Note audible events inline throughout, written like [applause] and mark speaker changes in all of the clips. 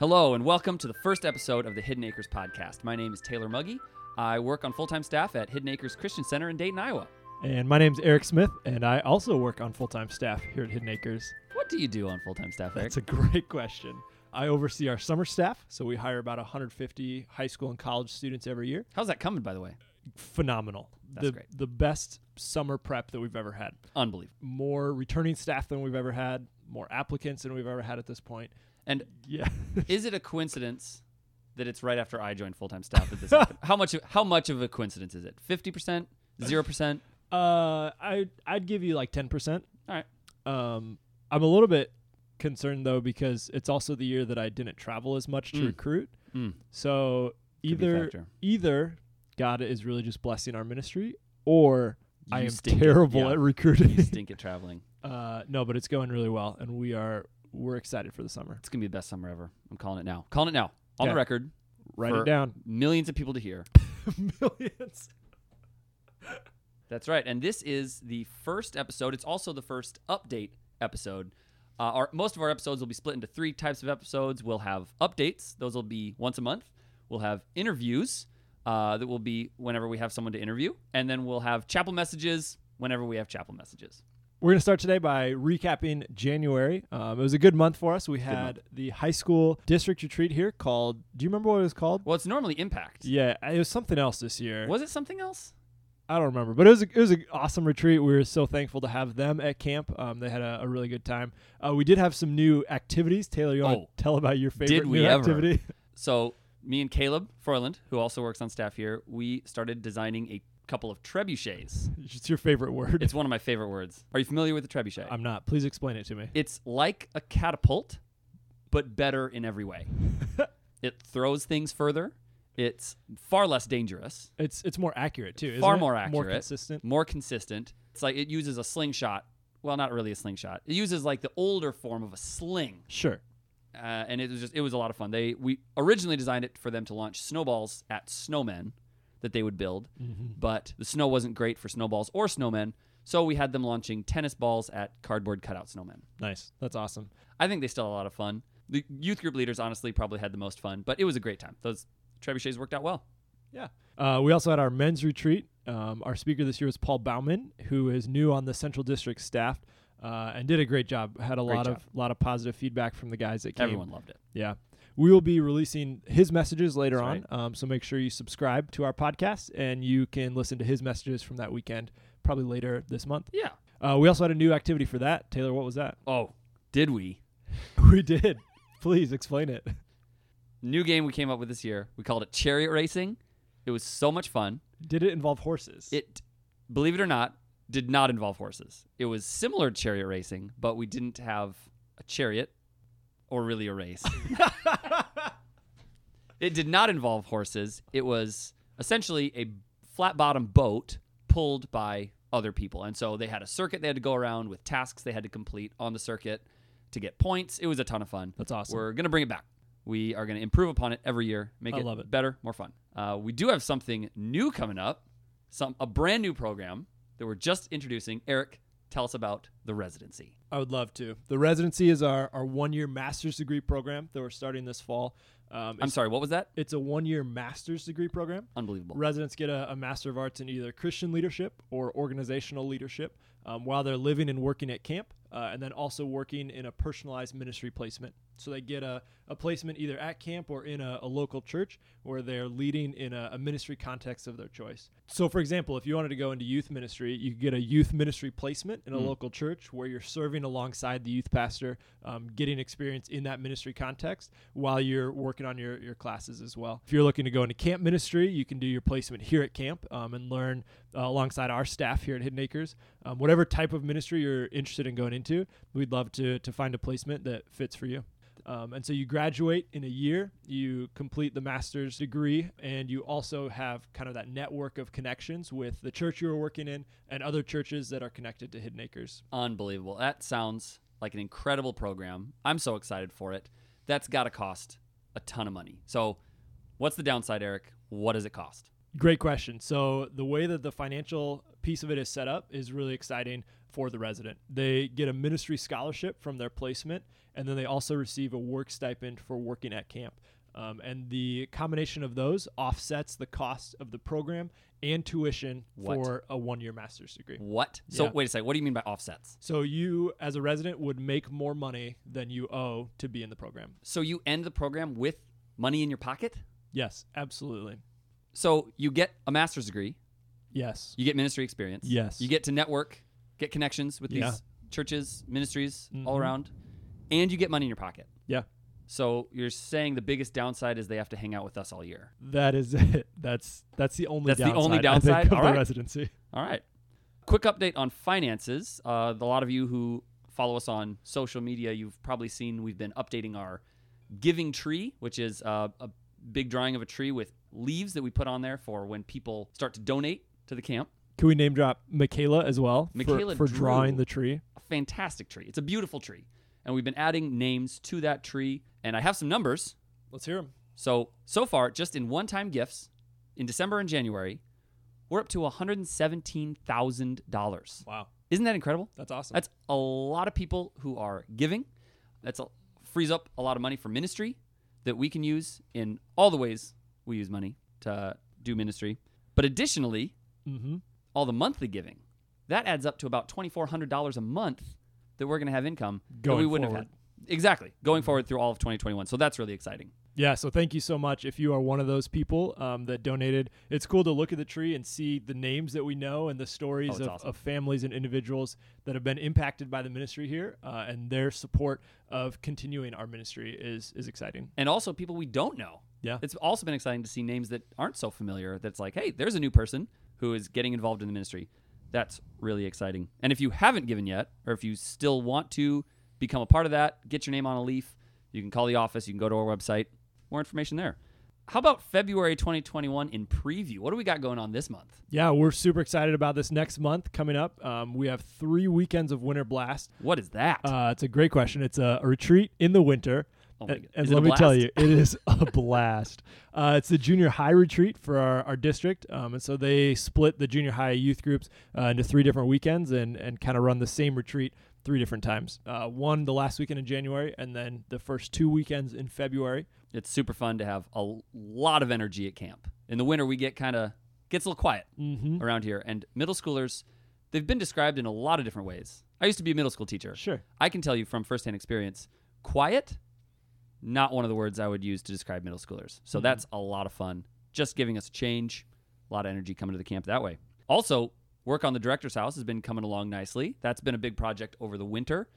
Speaker 1: Hello, and welcome to the first episode of the Hidden Acres podcast. My name is Taylor Muggy. I work on full time staff at Hidden Acres Christian Center in Dayton, Iowa.
Speaker 2: And my name's Eric Smith, and I also work on full time staff here at Hidden Acres.
Speaker 1: What do you do on full time staff, Eric?
Speaker 2: That's a [laughs] great question. I oversee our summer staff, so we hire about 150 high school and college students every year.
Speaker 1: How's that coming, by the way?
Speaker 2: Phenomenal.
Speaker 1: That's
Speaker 2: the,
Speaker 1: great.
Speaker 2: the best summer prep that we've ever had.
Speaker 1: Unbelievable.
Speaker 2: More returning staff than we've ever had, more applicants than we've ever had at this point.
Speaker 1: And [laughs]
Speaker 2: Yeah.
Speaker 1: is it a coincidence that it's right after I joined full time staff that this happened? How much, how much of a coincidence is it? 50%? 0%?
Speaker 2: [laughs] Uh, I I'd give you like ten percent.
Speaker 1: All right.
Speaker 2: Um, I'm a little bit concerned though because it's also the year that I didn't travel as much to
Speaker 1: Mm.
Speaker 2: recruit.
Speaker 1: Mm.
Speaker 2: So
Speaker 1: Could be a
Speaker 2: either
Speaker 1: factor.
Speaker 2: either God is really just blessing our ministry, or I
Speaker 1: You
Speaker 2: am
Speaker 1: stink at-
Speaker 2: terrible
Speaker 1: yeah,
Speaker 2: at
Speaker 1: You
Speaker 2: recruiting.
Speaker 1: stink at traveling.
Speaker 2: [laughs] uh, no, but it's going really well, and we are we're excited for the summer.
Speaker 1: It's going to be the best summer ever. I'm calling it now. Calling it now. On the
Speaker 2: Okay.
Speaker 1: record,
Speaker 2: Write
Speaker 1: For- [laughs]
Speaker 2: it down.
Speaker 1: millions of people to hear.
Speaker 2: Millions.
Speaker 1: That's right. And this is the first episode. It's also the first update episode. Uh, our, most of our episodes will be split into three types of episodes. We'll have updates, those will be once a month. We'll have interviews, uh, that will be whenever we have someone to interview. And then we'll have chapel messages whenever we have chapel messages.
Speaker 2: We're going to start today by recapping January. Um, it was a good month for us. We had the high school district retreat here called, do you remember what it was called?
Speaker 1: Well, it's normally Impact.
Speaker 2: Yeah, it was something else this year.
Speaker 1: Was it something else?
Speaker 2: I don't remember, but it was a, it was an awesome retreat. We were so thankful to have them at camp. Um, they had a, a really good time. Uh, we did have some new activities. Taylor, you want
Speaker 1: Oh.
Speaker 2: to tell about your favorite
Speaker 1: Did we
Speaker 2: new
Speaker 1: ever.
Speaker 2: activity? [laughs]
Speaker 1: So me and Caleb Froyland, who also works on staff here, we started designing a couple of trebuchets.
Speaker 2: it's your favorite word.
Speaker 1: It's one of my favorite words. Are you familiar with the trebuchet?
Speaker 2: [laughs] I'm not. Please explain it to me.
Speaker 1: It's like a catapult, but better in every
Speaker 2: [laughs]
Speaker 1: way. it throws things further. It's far less dangerous,
Speaker 2: It's it's more accurate too. Isn't
Speaker 1: Far
Speaker 2: it?
Speaker 1: more
Speaker 2: More
Speaker 1: accurate.
Speaker 2: consistent.
Speaker 1: more consistent. It's like it uses a slingshot. Well, not really a slingshot. It uses like the older form of a sling,
Speaker 2: Sure.
Speaker 1: uh, and it was just it was a lot of fun. They we originally designed it for them to launch snowballs at snowmen that they would build,
Speaker 2: Mm-hmm.
Speaker 1: but the snow wasn't great for snowballs or snowmen, so we had them launching tennis balls at cardboard cutout snowmen.
Speaker 2: Nice. That's awesome.
Speaker 1: I think they still had a lot of fun. The youth group leaders honestly probably had the most fun, but it was a great time. Those trebuchets worked out well.
Speaker 2: Yeah. Uh, we also had our men's retreat. Um, our speaker this year was Paul Bauman, who is new on the Central District staff uh, and did a great job. Had a
Speaker 1: Great
Speaker 2: lot
Speaker 1: job.
Speaker 2: of lot of positive feedback from the guys that came.
Speaker 1: Everyone loved it.
Speaker 2: Yeah. We will be releasing his messages later
Speaker 1: That's
Speaker 2: on. Um, so make sure you subscribe to our podcast and you can listen to his messages from that weekend, probably later this month.
Speaker 1: Yeah.
Speaker 2: Uh, we also had a new activity for that. Taylor, what was [laughs] that?
Speaker 1: Oh, did we?
Speaker 2: we did. Please explain it.
Speaker 1: New game we came up with this year. We called it chariot racing. It was so much fun.
Speaker 2: Did it involve horses?
Speaker 1: It, believe it or not, did not involve horses. It was similar to chariot racing, but we didn't have a chariot or really a race. it did not involve horses. It was essentially a flat bottom boat pulled by other people. And so they had a circuit they had to go around with tasks they had to complete on the circuit to get points. It was a ton of fun.
Speaker 2: That's awesome.
Speaker 1: We're going to bring it back. We are going to improve upon it every year, make
Speaker 2: I
Speaker 1: it,
Speaker 2: love it.
Speaker 1: better, more fun. Uh, we do have something new coming up, some a brand new program that we're just introducing. Eric, tell us about the residency.
Speaker 2: I would love to. The residency is our, our one year master's degree program that we're starting this fall. Um,
Speaker 1: I'm
Speaker 2: it's,
Speaker 1: sorry, what was that?
Speaker 2: it's a one year master's degree program.
Speaker 1: Unbelievable.
Speaker 2: Residents get a, a Master of Arts in either Christian leadership or organizational leadership um, while they're living and working at camp, uh, and then also working in a personalized ministry placement. So they get a, a placement either at camp or in a, a local church where they're leading in a, a ministry context of their choice. So, for example, if you wanted to go into youth ministry, you could get a youth ministry placement in a local church where you're serving alongside the youth pastor, um, getting experience in that ministry context while you're working on your, your classes as well. If you're looking to go into camp ministry, you can do your placement here at camp um, and learn uh, alongside our staff here at Hidden Acres. Um, whatever type of ministry you're interested in going into, we'd love to, to find a placement that fits for you. Um, and so you graduate in a year, you complete the master's degree, and you also have kind of that network of connections with the church you were working in and other churches that are connected to Hidden Acres.
Speaker 1: Unbelievable. That sounds like an incredible program. I'm so excited for it. That's got to cost a ton of money. So, what's the downside, Eric? What does it cost?
Speaker 2: Great question. So the way that the financial piece of it is set up is really exciting for the resident. They get a ministry scholarship from their placement, and then they also receive a work stipend for working at camp. Um, and the combination of those offsets the cost of the program and tuition
Speaker 1: What?
Speaker 2: for a one-year master's degree.
Speaker 1: What? So
Speaker 2: Yeah.
Speaker 1: wait a second. What do you mean by offsets?
Speaker 2: So you, as a resident, would make more money than you owe to be in the program.
Speaker 1: So you end the program with money in your pocket?
Speaker 2: Yes, absolutely.
Speaker 1: So you get a master's degree,
Speaker 2: Yes.
Speaker 1: you get ministry experience.
Speaker 2: Yes.
Speaker 1: You get to network, get connections with
Speaker 2: Yeah.
Speaker 1: these churches, ministries all
Speaker 2: Mhm.
Speaker 1: around, and you get money in your pocket.
Speaker 2: Yeah.
Speaker 1: So you're saying the biggest downside is they have to hang out with us all year.
Speaker 2: That is [laughs] it. That's that's the only
Speaker 1: That's the
Speaker 2: downside,
Speaker 1: only
Speaker 2: I
Speaker 1: downside?
Speaker 2: think, of
Speaker 1: All
Speaker 2: the
Speaker 1: right.
Speaker 2: residency.
Speaker 1: All right. Quick update on finances. Uh, the- a lot of you who follow us on social media, you've probably seen we've been updating our giving tree, which is uh, a big drawing of a tree with leaves that we put on there for when people start to donate to the camp.
Speaker 2: Can we name drop Michaela as well for-
Speaker 1: Michaela
Speaker 2: for,
Speaker 1: Drew.
Speaker 2: drawing the tree?
Speaker 1: A fantastic tree. It's a beautiful tree. And we've been adding names to that tree. And I have some numbers.
Speaker 2: Let's hear him.
Speaker 1: So, so far, just in one time gifts in December and January, we're up to $117,000.
Speaker 2: Wow,
Speaker 1: Isn't that incredible?
Speaker 2: that's awesome.
Speaker 1: That's a lot of people who are giving. That's a, frees up a lot of money for ministry that we can use in all the ways we use money to do ministry. But additionally,
Speaker 2: mm-hmm.
Speaker 1: all the monthly giving that adds up to about twenty four hundred dollars a month that we're going to have income that we
Speaker 2: Going
Speaker 1: wouldn't have
Speaker 2: forward. Mm-hmm.
Speaker 1: had. Exactly, going forward through all of 2021. So that's really exciting.
Speaker 2: Yeah, so thank you so much. If you are one of those people um, that donated, it's cool to look at the tree and see the names that we know and the stories
Speaker 1: it's
Speaker 2: of,
Speaker 1: awesome.
Speaker 2: of families and individuals that have been impacted by the ministry here, uh, and their support of continuing our ministry is is exciting.
Speaker 1: And also people we don't know.
Speaker 2: Yeah.
Speaker 1: It's also been exciting to see names that aren't so familiar that's like, hey, there's a new person who is getting involved in the ministry. That's really exciting. And if you haven't given yet, or if you still want to become a part of that, get your name on a leaf, you can call the office, you can go to our website, more information there. How about February 2021 in preview? What do we got going on this month?
Speaker 2: Yeah, we're super excited about this next month coming up. Um, we have three weekends of Winter Blast.
Speaker 1: What is that?
Speaker 2: Uh, it's a great question. It's a, a retreat in the winter.
Speaker 1: Oh my
Speaker 2: And-
Speaker 1: God.
Speaker 2: And
Speaker 1: Is it a
Speaker 2: let me tell
Speaker 1: blast?
Speaker 2: you, it is a [laughs] blast. Uh, it's the junior high retreat for our, our district. Um, and so they split the junior high youth groups uh, into three different weekends and, and kind of run the same retreat three different times. Uh, one the last weekend in January, and then the first two weekends in February.
Speaker 1: it's super fun to have a lot of energy at camp. In the winter, we get kind of gets a little quiet
Speaker 2: Mm-hmm.
Speaker 1: around here, and middle schoolers, they've been described in a lot of different ways. I used to be a middle school teacher.
Speaker 2: Sure.
Speaker 1: I can tell you from firsthand experience, quiet, not one of the words I would use to describe middle schoolers. So that's a lot of fun. Just giving us a change, a lot of energy coming to the camp that way. Also, work on the director's house has been coming along nicely. That's been a big project over the winter.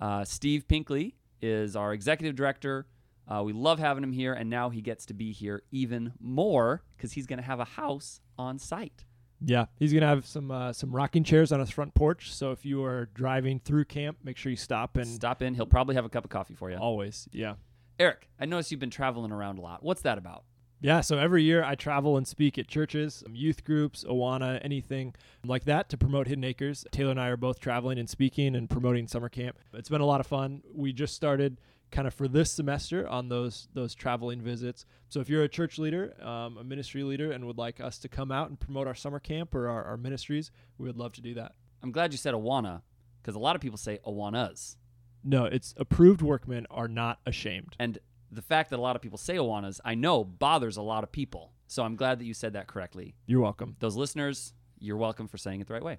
Speaker 1: Uh, Steve Pinkley is our executive director. Uh, we love having him here, and now he gets to be here even more because he's going to have a house on site.
Speaker 2: Yeah, he's gonna have some uh, some rocking chairs on his front porch. So if you are driving through camp, make sure you stop and
Speaker 1: Stop in. He'll probably have a cup of coffee for you.
Speaker 2: always, yeah.
Speaker 1: Eric, I noticed you've been traveling around a lot. What's that about?
Speaker 2: Yeah, so every year I travel and speak at churches, um, youth groups, Awana, anything like that to promote Hidden Acres. Taylor and I are both traveling and speaking and promoting summer camp. It's been a lot of fun. We just started kind of for this semester on those those traveling visits. So if you're a church leader, um, a ministry leader, and would like us to come out and promote our summer camp or our, our ministries, we would love to do that.
Speaker 1: I'm glad you said Awana because a lot of people say Awanas.
Speaker 2: No, it's approved workmen are not ashamed.
Speaker 1: And the fact that a lot of people say Awanas, I know, bothers a lot of people. So I'm glad that you said that correctly.
Speaker 2: You're welcome.
Speaker 1: Those listeners, you're welcome for saying it the right way.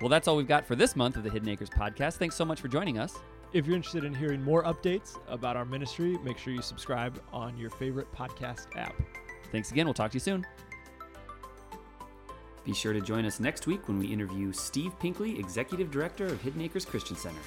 Speaker 1: Well, that's all we've got for this month of the Hidden Acres podcast. Thanks so much for joining us.
Speaker 2: If you're interested in hearing more updates about our ministry, make sure you subscribe on your favorite podcast app.
Speaker 1: Thanks again. We'll talk to you soon. Be sure to join us next week when we interview Steve Pinkley, Executive Director of Hidden Acres Christian Center.